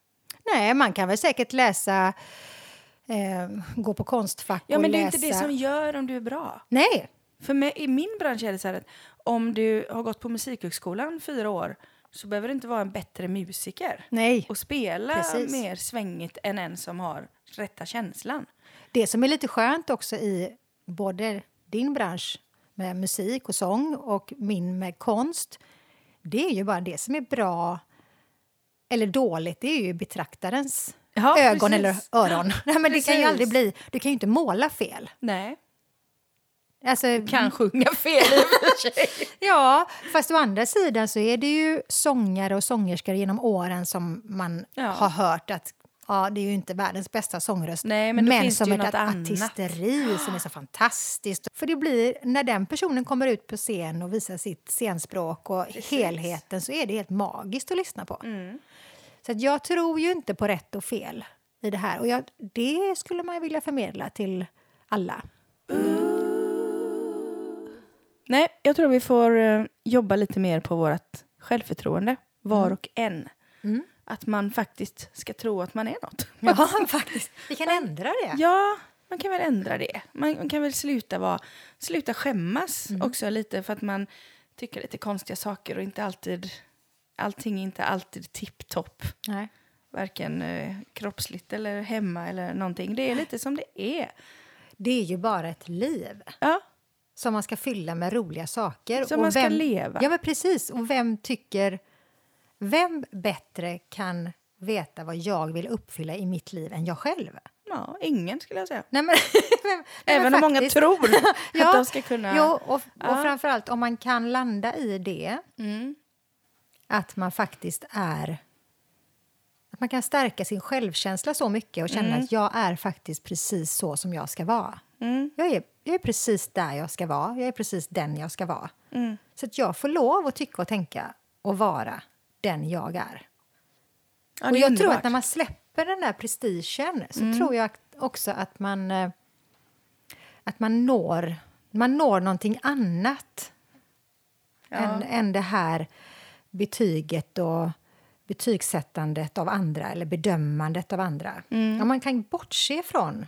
B: Nej, man kan väl säkert läsa, eh, gå på Konstfack
A: Ja,
B: och
A: men det är
B: läsa.
A: inte det som gör om du är bra.
B: Nej,
A: För mig, i min bransch är det så här att om du har gått på musikhögskolan fyra år så behöver du inte vara en bättre musiker
B: nej.
A: och spela
B: Precis.
A: mer svängigt än en som har rätta känslan.
B: Det som är lite skönt också i både din bransch med musik och sång och min med konst, det är ju bara det som är bra eller dåligt, det är ju betraktarens
A: Ja,
B: ögon
A: precis.
B: eller öron. Nej, men det kan ju
A: Precis.
B: aldrig bli, du kan ju inte måla fel.
A: Nej,
B: Alltså,
A: kan sjunga fel i och för sig.
B: Ja, fast å andra sidan så är det ju sångare och sångerskor genom åren som man
A: Ja.
B: har hört att ja, det är ju inte världens bästa sångröst.
A: Nej, men då finns
B: som
A: det ju
B: ett
A: något annat.
B: artisteri som är så fantastiskt. För det blir, när den personen kommer ut på scen och visar sitt scenspråk och helheten så är det helt magiskt att lyssna på.
A: Mm.
B: Så att jag tror ju inte på rätt och fel i det här. Och jag, det skulle man ju vilja förmedla till alla.
A: Nej, jag tror vi får eh, jobba lite mer på vårt självförtroende, var och en. Att man faktiskt ska tro att man är något.
B: Ja, faktiskt. Vi kan ändra det.
A: Ja, man kan väl ändra det. Man man kan väl sluta, vara, sluta skämmas också lite för att man tycker lite konstiga saker och inte alltid, allting är inte alltid tipptopp.
B: Nej.
A: Varken eh, kroppsligt eller hemma eller någonting. Det är lite som det är.
B: Det är ju bara ett liv
A: Ja,
B: som man ska fylla med roliga saker.
A: Som man ska leva.
B: Ja, men precis. Och vem tycker... Vem bättre
A: Mm.
B: kan veta vad jag vill uppfylla i mitt liv än jag själv?
A: ja ingen skulle jag säga.
B: Nej, men, nej, men
A: Även om många
B: faktiskt.
A: tror
B: Ja,
A: att de ska kunna...
B: Jo, och, och
A: Ja.
B: framförallt om man kan landa i det,
A: Mm.
B: att man faktiskt är... Att man kan stärka sin självkänsla så mycket och känna att jag är faktiskt precis så som jag ska vara.
A: Mm.
B: Jag är, jag är precis där jag ska vara, jag är precis den jag ska vara.
A: Mm.
B: Så att jag får lov att tycka och tänka och vara den jag är.
A: Ja,
B: och
A: det är
B: jag tror
A: underbart. Mm.
B: att när man släpper den där prestigen så tror jag att- också att man, eh, att man når, man når någonting annat
A: Ja.
B: än, än det här betyget och betygssättandet av andra eller bedömandet av andra.
A: Mm.
B: Om man kan bortse från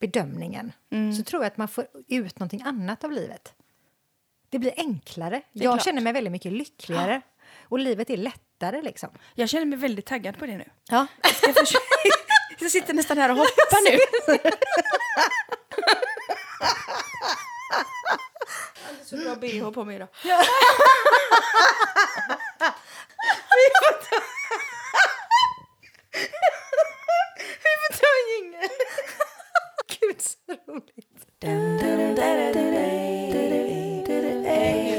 B: bedömningen
A: Mm.
B: så tror jag att man får ut någonting annat av livet. Det blir enklare.
A: är
B: jag
A: klart.
B: känner mig väldigt mycket lyckligare och livet är lättare liksom.
A: Jag känner mig väldigt taggad på det nu.
B: Ja.
A: Jag, ska försöka- jag sitter nästan här och hoppar nu. Så bra bh på mig idag. Vi får ta en jingel.
B: Gud, så roligt.
A: Nu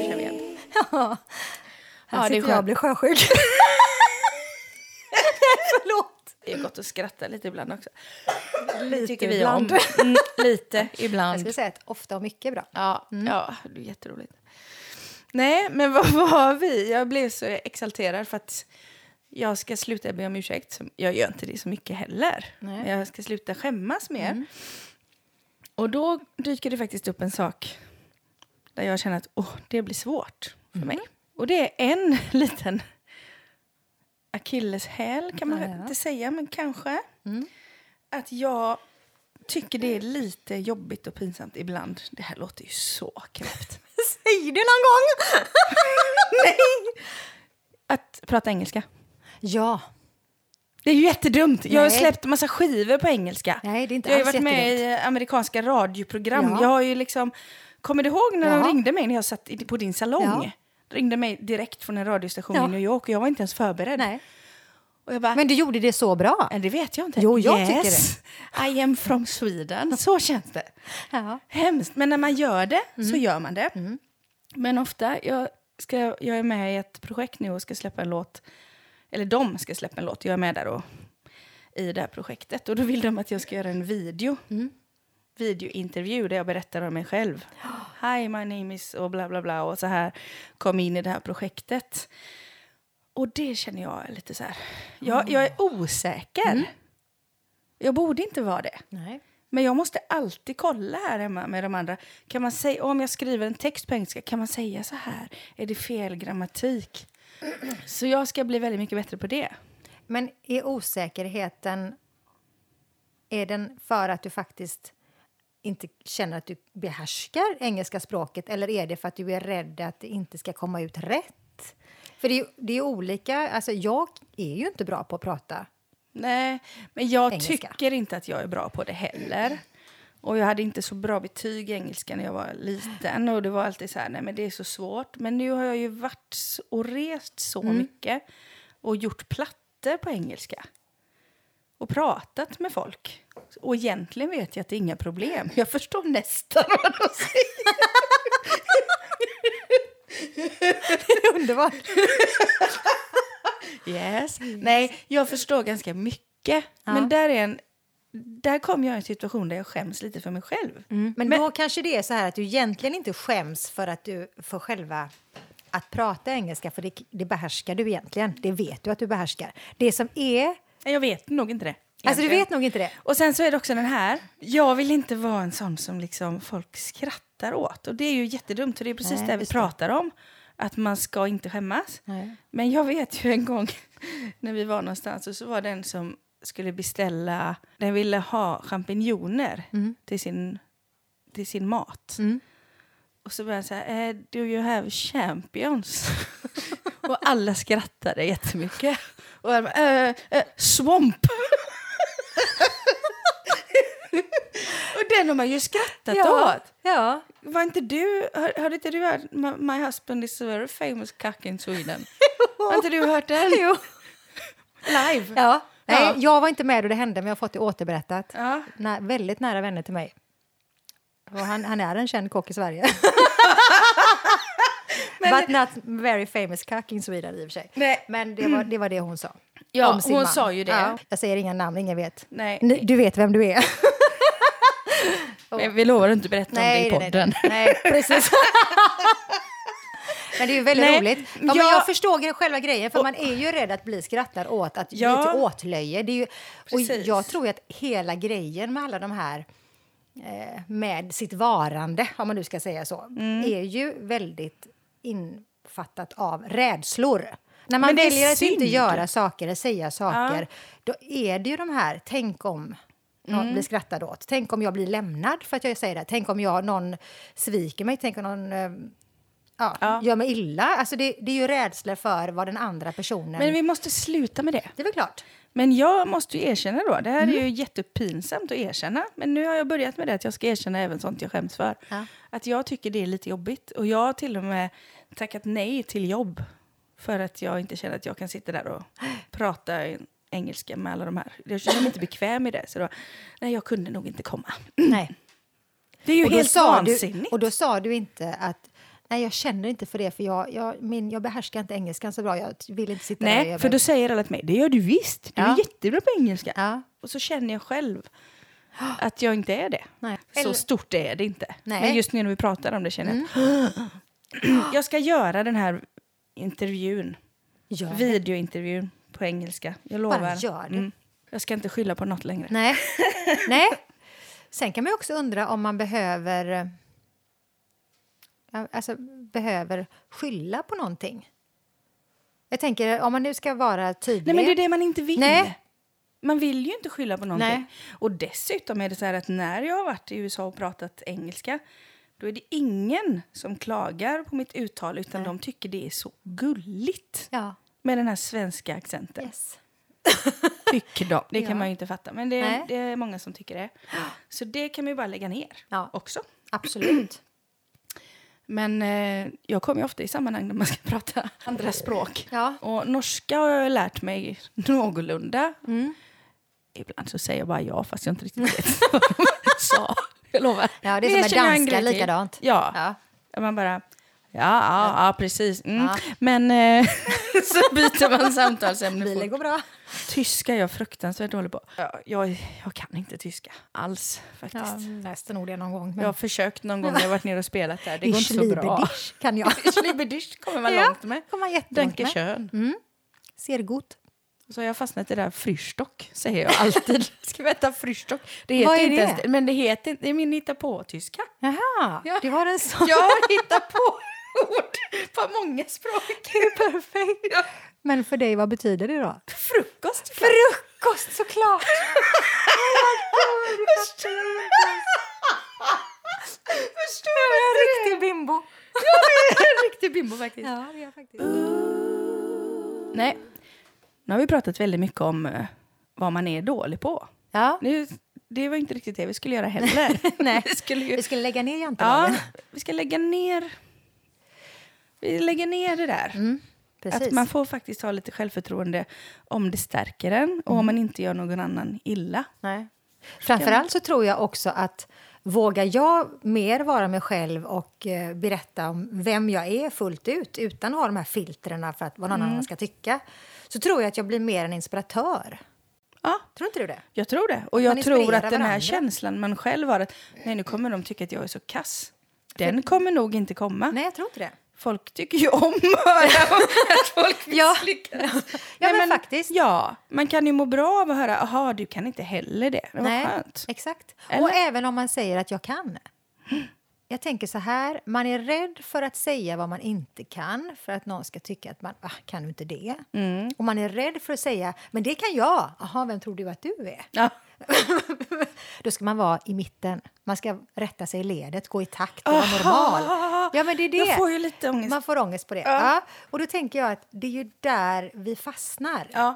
A: kör vi igen.
B: Ja. Här
A: Ja, det är
B: sitter
A: skönt.
B: jag och blir sjösjuk. Förlåt.
A: Det är gott att skratta lite ibland också.
B: Lite
A: Tycker vi
B: ibland.
A: om. Mm, lite
B: Jag
A: ibland.
B: skulle säga att ofta och mycket bra.
A: Ja, ja, det är jätteroligt. Nej, men vad var vi? Jag blev så exalterad för att jag ska sluta be om ursäkt. Jag gör inte det så mycket heller.
B: Nej. Mm.
A: Men jag ska sluta skämmas mer. Och då dyker det faktiskt upp en sak där jag känner att åh, det blir svårt för
B: Mm.
A: mig. Och det är en liten akilleshäl, kan man
B: Ja, ja. Mm.
A: inte säga, men kanske. Att jag tycker det är lite jobbigt och pinsamt ibland. Det här låter ju så knäppt.
B: Säg det någon gång! Nej!
A: Att prata engelska.
B: Ja.
A: Det är ju jättedumt. Jag har
B: Nej.
A: släppt massa skivor på engelska.
B: Nej, det är inte
A: jag har ju
B: alls
A: varit med i amerikanska radioprogram.
B: Ja.
A: Jag har ju liksom... Kommer du ihåg när
B: Ja.
A: de ringde mig när jag satt i- på din salong?
B: Ja.
A: De ringde mig direkt från en radiostation
B: Ja.
A: i New York och jag var inte ens förberedd.
B: Nej.
A: Och jag bara,
B: Men du gjorde det så bra.
A: men det vet jag inte.
B: Jo, jag tycker det.
A: I am from Sweden. Så känns det.
B: Ja.
A: Hemskt. Men när man gör det så gör man det. Men ofta, jag, ska, jag är med i ett projekt nu och ska släppa en låt. Eller de ska släppa en låt, jag är med där och, i det här projektet. Och då vill de att jag ska göra en video. Videointervju där jag berättar om mig själv. Hi, my name is och bla bla bla och så här. Kom in i det här projektet. Och det känner jag är lite så här. Jag, jag är osäker. Jag borde inte vara det.
B: Nej.
A: Men jag måste alltid kolla här hemma med de andra. Kan man säga, om jag skriver en text på engelska, kan man säga så här? Är det fel grammatik? Så jag ska bli väldigt mycket bättre på det.
B: Men är osäkerheten... Är den för att du faktiskt inte känner att du behärskar engelska språket eller är det för att du är rädd att det inte ska komma ut rätt? För det är, ju- det är olika. Alltså, jag är ju inte bra på att prata.
A: Nej, men jag
B: Engelska.
A: tycker inte att jag är bra på det heller. Och jag hade inte så bra betyg i engelska när jag var liten. Och det var alltid så här, nej men det är så svårt. Men nu har jag ju varit s- och rest så
B: Mm.
A: mycket och gjort plattor på engelska. Och pratat med folk. Och egentligen vet jag att det är inga problem. Jag förstår nästan vad de säger.
B: Underbart!
A: Yes. Nej, jag förstår ganska mycket. Men där, är en, där kom jag i en situation där jag skäms lite för mig själv.
B: Mm. Men, då kanske det är så här att du egentligen inte skäms för att du för själva att prata engelska, för det, det behärskar du egentligen. Det vet du att du behärskar. Det som är...
A: Nej, Jag vet nog inte det.
B: Alltså du
A: egentligen.
B: vet nog inte det.
A: Och sen så är det också den här. Jag vill inte vara en sån som liksom folk skrattar åt. Och det är ju jättedumt, för det är precis
B: Nej,
A: det vi
B: just
A: pratar om. Att man ska inte skämmas.
B: Nej.
A: Men jag vet ju en gång när vi var någonstans och så var det en som skulle beställa, den ville ha champinjoner
B: Mm.
A: till, sin, till sin mat. Och så började han så här, eh, do you have champions? och alla skrattade jättemycket. Och jag bara, eh, eh, swamp! och den har man ju skrattat
B: Ja,
A: åt.
B: ja.
A: Var inte du, hör, hörde inte du här, my, my husband is a very famous cock in Sweden? Har inte du hört den?
B: Jo.
A: Live?
B: Ja. Nej,
A: Ja.
B: Jag var inte med då det hände, men jag har fått det återberättat.
A: Ja.
B: Nä, väldigt nära vänner till mig. Och han, han är en känd kock i Sverige. But not very famous cock in Sweden i och för sig.
A: Nej.
B: Men det var, det var det hon sa.
A: Ja,
B: Om sin
A: hon
B: man.
A: sa ju det.
B: Jag säger inga namn, ingen vet.
A: Nej.
B: Ni- Du vet vem du är.
A: Men vi lovar att inte berätta om det i podden.
B: Nej, nej, nej precis. Men det är ju väldigt
A: Nej,
B: roligt. Ja, men
A: jag-
B: jag förstår gre- själva grejen, för man är ju rädd att bli skrattad åt, att
A: Ja.
B: bli till åtlöje. Det är ju, och
A: Precis.
B: jag tror ju att hela grejen med alla de här eh, med sitt varande, om man nu ska säga så,
A: Mm.
B: är ju väldigt infattat av rädslor. När man
A: Men det är
B: väljer att inte
A: synd.
B: göra saker eller säga saker, då är det ju de här, tänk om någon
A: Mm.
B: blir skrattad åt, tänk om jag blir lämnad för att jag säger det, här. tänk om jag, någon sviker mig, tänk om någon eh, ja,
A: Ja.
B: gör mig illa. Alltså det, det är ju rädsla för vad den andra personen...
A: Men vi måste sluta med det.
B: Det är väl klart.
A: Men jag måste ju erkänna då, det här är ju jättepinsamt att erkänna. Men nu har jag börjat med det, att jag ska erkänna även sånt jag skäms för.
B: Ja.
A: Att jag tycker det är lite jobbigt. Och jag har till och med tackat nej till jobb. För att jag inte känner att jag kan sitta där och prata i engelska med alla de här. Jag känner mig inte bekväm i det. Så då, nej, jag kunde nog inte komma.
B: Nej.
A: Det är ju
B: Och då,
A: helt
B: sa
A: vansinnigt.
B: du, och då sa du inte att nej, jag känner inte för det för jag, jag, min, jag behärskar inte engelskan så bra. Jag vill inte sitta där. och
A: Nej,
B: göra
A: för då
B: mig-
A: säger alla till mig, det gör du visst, du
B: Ja.
A: är jättebra på engelska.
B: Ja.
A: Och så känner jag själv att jag inte är det.
B: Nej.
A: Så
B: Eller-
A: stort är det inte.
B: Nej. Mm.
A: Men just nu när vi pratar om det känner jag att jag ska göra den här intervjun,
B: Gör det.
A: videointervjun på engelska. Jag lovar. Mm.
B: gör det.
A: Jag ska inte skylla på något längre.
B: Nej. nej. Sen kan man ju också undra om man behöver, eh, ja, alltså, behöver skylla på någonting. Jag tänker, om man nu ska vara tydlig...
A: Nej, men det är det man inte vill.
B: Nej.
A: Man vill ju inte skylla på någonting.
B: Nej.
A: Och dessutom är det så här att när jag har varit i USA och pratat engelska då är det ingen som klagar på mitt uttal utan de tycker det är så gulligt
B: Ja.
A: med den här svenska accenten.
B: Yes.
A: Tycker de. Det kan
B: Ja.
A: man ju inte fatta, men det,
B: Nej.
A: det är många som tycker det. Så det kan man ju bara lägga ner
B: Ja.
A: också.
B: Absolut.
A: Men eh, jag kommer ju ofta i sammanhang där man ska prata andra språk.
B: Ja. Mm.
A: Och norska har jag lärt mig någorlunda. Ibland så säger jag bara ja, fast jag inte riktigt vet vad jag sa. Jag lovar.
B: Ja,
A: Men
B: det är som
A: jag
B: med
A: känner en
B: danska,
A: grej till.
B: likadant.
A: Ja.
B: Ja.
A: Man bara, ja, ja, ja precis. Mm.
B: Ja.
A: Men eh, så byter man samtalsämne.
B: Bilen
A: fort.
B: går bra.
A: Tyska är jag fruktansvärt dålig på. Jag, jag, jag kan inte tyska alls faktiskt.
B: Ja, läste nog det någon gång. Men
A: Jag har försökt någon gång när jag varit nere och spelat där. Det går
B: Isch,
A: inte så bra.
B: liebedisch kan jag.
A: Schlibberdisch kommer man långt med.
B: kommer man jättelångt
A: Danke
B: med.
A: schön.
B: Ser gott.
A: Så jag har fastnat i det där Frühstock, säger jag alltid. Ska vi äta Frühstock? Det heter
B: Vad är
A: inte
B: det?
A: ens det. Men det heter inte, det är min hitta på tyska
B: Jaha, det var en sån.
A: Jag har hittat på ord på många språk. Det är perfekt. Ja.
B: Men för dig, vad betyder det då?
A: Frukost.
B: Frukost såklart!
A: Förstår du Förstår du?
B: En riktig bimbo.
A: Jag är en riktig bimbo faktiskt.
B: Ja, det är jag faktiskt.
A: Nej, nu har vi pratat väldigt mycket om eh, vad man är dålig på.
B: Ja.
A: Nu, det var inte riktigt det vi skulle göra heller.
B: Nej.
A: Vi skulle ju
B: Vi skulle lägga ner jantelagen.
A: Ja, vi ska lägga ner... Vi lägger ner det där.
B: Mm. Precis.
A: Att man får faktiskt ha lite självförtroende om det stärker en och
B: Mm.
A: om man inte gör någon annan illa.
B: Nej. Framförallt så tror jag också att vågar jag mer vara mig själv och eh, berätta om vem jag är fullt ut utan att ha de här filtrerna för att vad någon
A: Mm.
B: annan ska tycka så tror jag att jag blir mer en inspiratör.
A: Ja,
B: Tror inte du det?
A: jag tror det. Och
B: Man
A: jag tror
B: inspirerar
A: att den här
B: varandra.
A: känslan man själv har att nej, nu kommer de tycka att jag är så kass. Den kommer nog inte komma.
B: Nej, jag tror inte det.
A: Folk tycker ju om att höra att folk
B: Ja.
A: misslyckas.
B: Ja,
A: Nej,
B: men,
A: men-
B: faktiskt.
A: Ja, man kan ju må bra av att höra, aha, du kan inte heller det. Det var
B: Nej,
A: skönt.
B: Exakt. Och
A: Eller?
B: även om man säger att jag kan. Jag tänker så här, man är rädd för att säga vad man inte kan för att någon ska tycka att man ah, kan du inte det?
A: Mm.
B: Och man är rädd för att säga, men det kan jag. Jaha, vem tror du att du är?
A: Ja.
B: Då ska man vara i mitten. Man ska rätta sig i ledet, gå i takt och vara normal. Ja, men det är det.
A: Jag får ju lite ångest.
B: Man får ångest på det. Ja. Och då tänker jag att det är ju där vi fastnar.
A: Ja,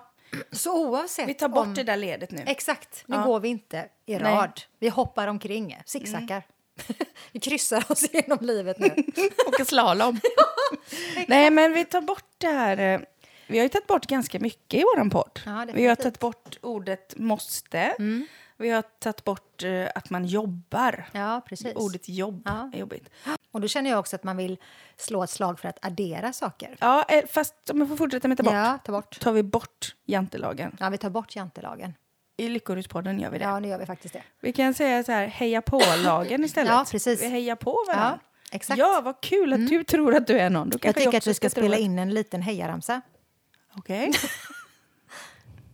B: Så oavsett
A: vi tar bort
B: om...
A: det där ledet nu.
B: Exakt. Nu går vi inte i
A: Nej.
B: rad. Vi hoppar omkring, zigzaggar. vi kryssar oss genom livet nu.
A: Åka slalom. Nej, men vi tar bort det här. eh, Vi har ju tagit bort ganska mycket i vår podd.
B: Ja, definitivt.
A: vi har tagit bort ordet måste. Vi har tagit bort eh, att man jobbar.
B: Mm. ja, precis.
A: Ordet jobb
B: Ja.
A: är jobbigt.
B: Och då känner jag också att man vill slå ett slag för att addera saker.
A: Ja, eh, fast om jag får fortsätta med att ta bort.
B: Ja, ta bort.
A: Tar vi bort jantelagen.
B: Ja, vi tar bort jantelagen.
A: I Lyckoruspodden gör vi det.
B: Ja, nu gör vi faktiskt det.
A: Vi kan säga så här, heja på-lagen istället.
B: Ja, precis.
A: Vi hejar på
B: Ja,
A: varandra.
B: exakt. Mm.
A: Ja, vad kul att du tror att du är någon. Då
B: Jag
A: kanske
B: tycker att
A: också
B: vi ska
A: tro
B: spela
A: att-
B: in en liten hejaramsa.
A: Okej.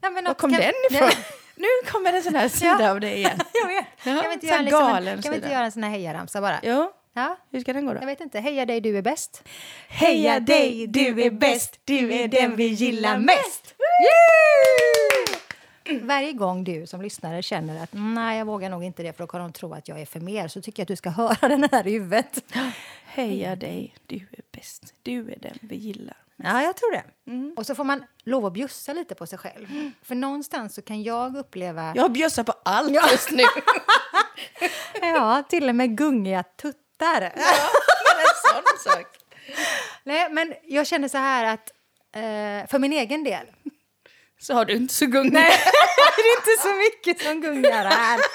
B: Ja, men
A: Var
B: något
A: kom
B: kan-
A: den ifrån? nu kommer en sån här sida av dig igen.
B: jag vet. Kan vi inte
A: så
B: göra en, liksom en,
A: galen
B: kan vi inte
A: sida.
B: göra en sån här hejaramsa bara?
A: Jo,
B: Ja,
A: hur ska den gå då?
B: jag vet inte. Heja dig, du är bäst.
A: Heja dig, du är bäst, du är den vi gillar mest! Yay!
B: Varje gång du som lyssnare känner att nej, jag vågar nog inte det för då kommer de tro att jag är för mer så tycker jag att du ska höra den här i huvudet.
A: Heja dig, du är bäst, du är den vi gillar.
B: Ja, jag tror det. Mm. Och så får man lov att bjussa lite på sig själv.
A: Mm.
B: För någonstans så kan jag uppleva, ja,
A: Jag bjussar på allt just nu.
B: till och med gungiga tuttar.
A: en sån sak.
B: Nej, men jag känner så här att eh, för min egen del
A: Så har du inte så gungat.
B: det är inte så mycket som gungar här.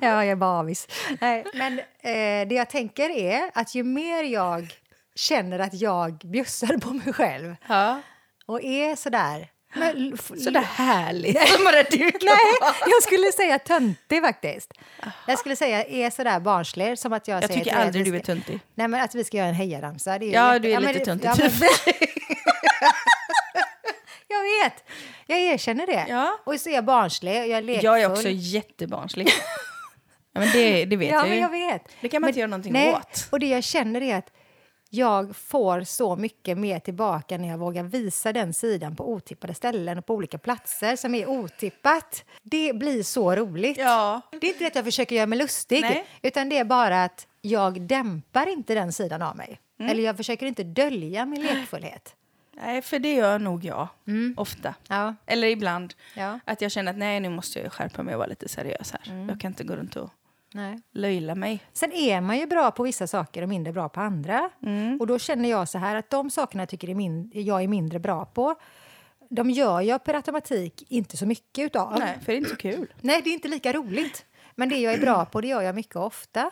B: Ja, jag är bara avis. Nej, men eh, det jag tänker är att ju mer jag känner att jag bjussar på mig själv
A: Ja.
B: och är sådär... Men,
A: Sådär härligt som bara du kan vara.
B: Nej, jag skulle säga töntig faktiskt. Jag skulle säga är sådär barnslig som att jag,
A: Jag
B: säger
A: tycker
B: till dig att
A: aldrig
B: vi
A: du är
B: ska-
A: töntig.
B: Nej, men att vi ska göra en hejaramsa. Det är ju
A: Ja,
B: jätte-
A: du är
B: men
A: lite
B: det-
A: töntig. typ.
B: ja, men- jag vet, jag erkänner det.
A: Ja.
B: Och så är jag barnslig och jag är lekfull.
A: Jag är också jättebarnslig. Ja, men det, det vet
B: Ja,
A: jag
B: men
A: ju.
B: jag vet.
A: Det kan man
B: men,
A: inte göra någonting
B: nej,
A: åt.
B: Och det jag känner är att jag får så mycket mer tillbaka när jag vågar visa den sidan på otippade ställen och på olika platser som är otippat. Det blir så roligt.
A: Ja.
B: Det är inte det att jag försöker göra mig lustig,
A: Nej.
B: utan det är bara att jag dämpar inte den sidan av mig.
A: Mm.
B: Eller jag försöker inte dölja min lekfullhet.
A: Nej, för det gör nog jag ofta.
B: Ja.
A: Eller ibland.
B: Ja. Mm.
A: Att jag känner att nej, nu måste jag ju skärpa mig och vara lite seriös här. Jag kan inte gå runt och
B: Nej.
A: löjla mig.
B: Sen är man ju bra på vissa saker och mindre bra på
A: Mm.
B: andra. Och då känner jag så här att de sakerna jag tycker är min- jag är mindre bra på de gör jag per automatik inte så mycket utav.
A: Nej, för det är inte så kul.
B: Nej, det är inte lika roligt. Men det jag är bra på, det gör jag mycket och ofta.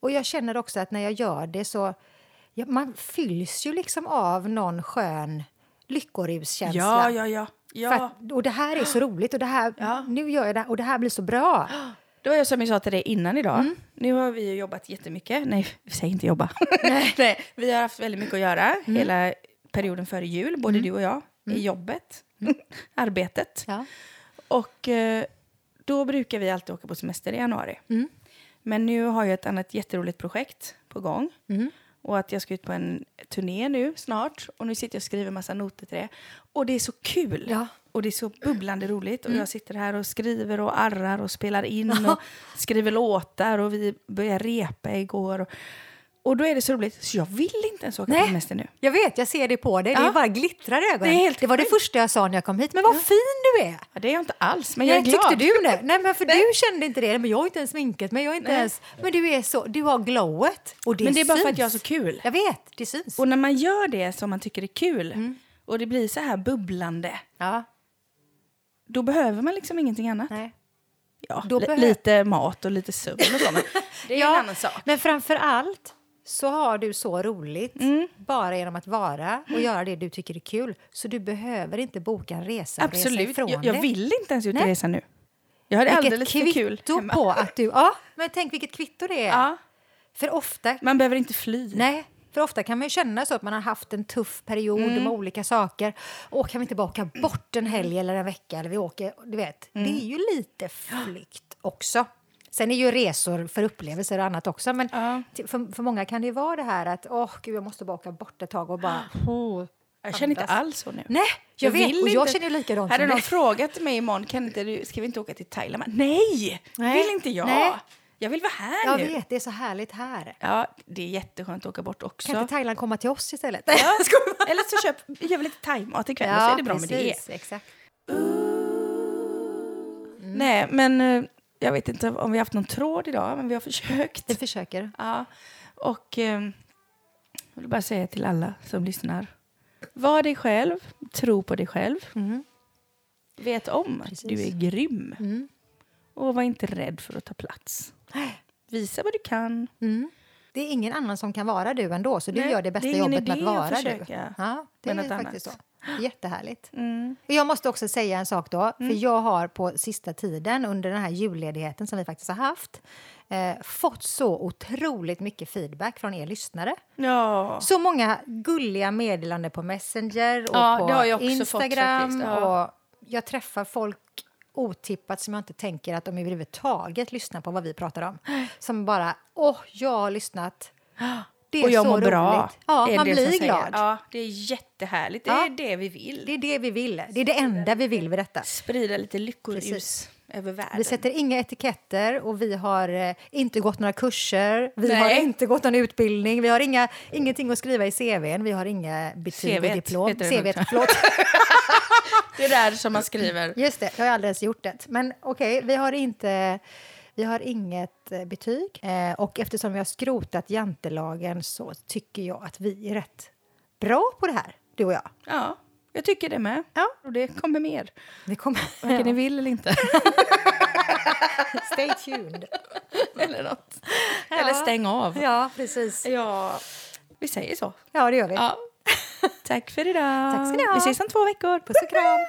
B: Och jag känner också att när jag gör det så... Ja, man fylls ju liksom av någon skön lyckoruskänsla.
A: Ja, ja, ja. ja.
B: För att, och det här är så roligt och det här,
A: Ja.
B: nu gör jag det här, och det här blir så bra.
A: Det var jag som jag sa till dig innan idag.
B: Mm.
A: Nu har vi ju jobbat jättemycket. Nej, säg inte jobba. Nej. vi har haft väldigt mycket att göra
B: Mm.
A: hela perioden före jul, både du och jag, i jobbet,
B: Mm.
A: arbetet.
B: Ja.
A: Och eh, då brukar vi alltid åka på semester i januari.
B: Mm.
A: Men nu har jag ett annat jätteroligt projekt på gång.
B: Mm.
A: Och att jag ska ut på en turné nu snart. Och nu sitter jag och skriver massa noter till det. Och det är så kul!
B: Ja. Mm.
A: Och det är så bubblande roligt. Och jag sitter här och skriver och arrar och spelar in och skriver låtar. Och vi började repa igår. Och, och då är det så roligt. Så jag vill inte ens åka på
B: Nej.
A: semester nu.
B: Jag vet, jag ser det på dig. Det
A: Ja.
B: är bara glittrar i ögonen.
A: Det är helt
B: var det
A: sjukt.
B: första jag sa när jag kom hit. Men vad fin du är!
A: Ja, det är jag inte alls, men jag är
B: Nej,
A: glad.
B: tyckte du det? Nej, men för du kände inte det. Men jag har inte ens sminkat mig. Jag är inte
A: Nej.
B: ens... Men du är så... Du har glowet. Och det
A: Men det är bara för
B: syns.
A: att jag har så kul.
B: Jag vet, det syns.
A: Och när man gör det som man tycker är kul
B: Mm.
A: och det blir så här bubblande,
B: ja,
A: då behöver man liksom ingenting annat.
B: nej.
A: Ja,
B: Då
A: li-
B: behö-
A: lite mat och lite sömn och så, men det är en annan sak.
B: Men framför allt så har du så roligt
A: Mm.
B: bara genom att vara och göra det du tycker är kul. Så du behöver inte boka en resa och resa
A: Absolut,
B: ifrån
A: jag, jag
B: det.
A: vill inte ens ut och
B: Nej.
A: resa nu. Jag har det alldeles för
B: kvitto
A: kul hemma.
B: på att du... Ja, men tänk vilket kvitto det är.
A: Ja,
B: För ofta
A: man behöver inte fly.
B: Nej, för ofta kan man ju känna så att man har haft en tuff period
A: Mm.
B: med olika saker. Åh, kan vi inte bara åka bort en helg eller en vecka? Eller vi åker, du vet.
A: Mm.
B: Det är ju lite flykt också. Sen är ju resor för upplevelser och annat också. Men
A: Ja.
B: till- för, för många kan det ju vara det här att åh, gud, jag måste bara åka bort ett tag och bara... Oh,
A: jag känner inte
B: andas.
A: alls så nu.
B: Nej, jag, vet.
A: vill
B: och jag
A: inte.
B: känner likadant
A: Hade
B: som
A: någon
B: dig.
A: frågat mig imorgon, kan inte du, ska vi inte åka till Thailand? Men Nej,
B: Nej.
A: vill inte jag.
B: Nej.
A: Jag vill vara här
B: Jag
A: nu.
B: vet, det är så härligt här.
A: Ja, det är jätteskönt att åka bort också.
B: Kan inte Thailand komma till oss istället?
A: Ja. Eller så köp, gör vi lite thaimat ikväll och så är det bra med det.
B: precis, Exakt.
A: Nej, men eh, jag vet inte om vi har haft någon tråd idag, men vi har försökt.
B: Vi försöker.
A: Ja, och eh, jag vill bara säga till alla som lyssnar. Var dig själv, tro på dig själv. Vet om att
B: Mm. Precis. Mm.
A: du är grym. Och var inte rädd för att ta plats. Visa vad du kan.
B: Mm. Det är ingen annan som kan vara du ändå, så du
A: Nej,
B: gör det bästa
A: det är ingen
B: jobbet med att
A: idé att
B: vara
A: försöka
B: du. Ja, det
A: med
B: är
A: något
B: faktiskt så.
A: annat.
B: Jättehärligt.
A: Mm.
B: Och jag måste också säga en sak då, för jag har på sista tiden under den här julledigheten som vi faktiskt har haft eh, fått så otroligt mycket feedback från er lyssnare.
A: Ja.
B: Så många gulliga meddelanden på Messenger och
A: Ja,
B: på
A: det har jag också fått
B: Instagram.
A: faktiskt, ja.
B: och jag träffar folk otippat som jag inte tänker att de överhuvudtaget lyssnar på vad vi pratar om. Som bara, åh, jag har lyssnat. Det är
A: Och jag
B: så
A: mår
B: roligt.
A: bra.
B: Ja,
A: är det
B: man
A: det som
B: blir
A: säger.
B: glad.
A: Ja, det är jättehärligt. Det
B: Ja.
A: är det vi vill.
B: Det är det vi vill. Det är det enda vi vill med detta.
A: Sprida lite lyckorus
B: Precis.
A: över världen.
B: Vi sätter inga etiketter och vi har eh, inte gått några kurser. Vi
A: Nej.
B: har inte gått någon utbildning. Vi har inga, ingenting att skriva i CVn. Vi har inga betyg
A: CV:et
B: och diplom.
A: heter det
B: CV:et,
A: nog.
B: förlåt.
A: Det är där som man skriver.
B: Just det, jag har aldrig ens gjort det. Men okej, vi har inte... Vi har inget eh, betyg. Eh, och eftersom vi har skrotat jantelagen så tycker jag att vi är rätt bra på det här, du och jag.
A: Ja, jag tycker det med.
B: Ja.
A: Och det kommer mer.
B: Det kommer...
A: Varken ni vill eller inte.
B: Stay tuned.
A: eller något. Eller
B: Ja.
A: stäng av.
B: Ja, precis.
A: Ja, vi säger så.
B: Ja, det gör vi.
A: Ja. Tack för idag.
B: Tack ska ni ha.
A: Vi ses om två veckor.
B: Puss och kram.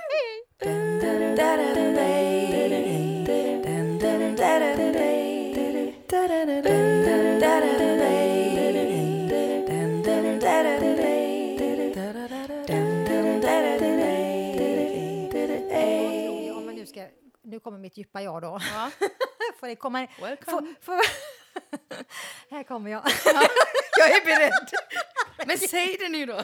B: Om man nu, ska, nu kommer mitt djupa jag då.
A: Ja.
B: får det komma...
A: Welcome.
B: Får, får, här kommer jag.
A: Jag är beredd. Men säg det nu då.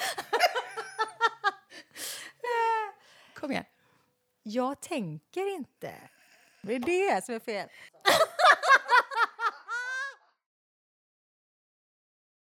A: Kom igen.
B: Jag tänker inte. Det är det som är fel.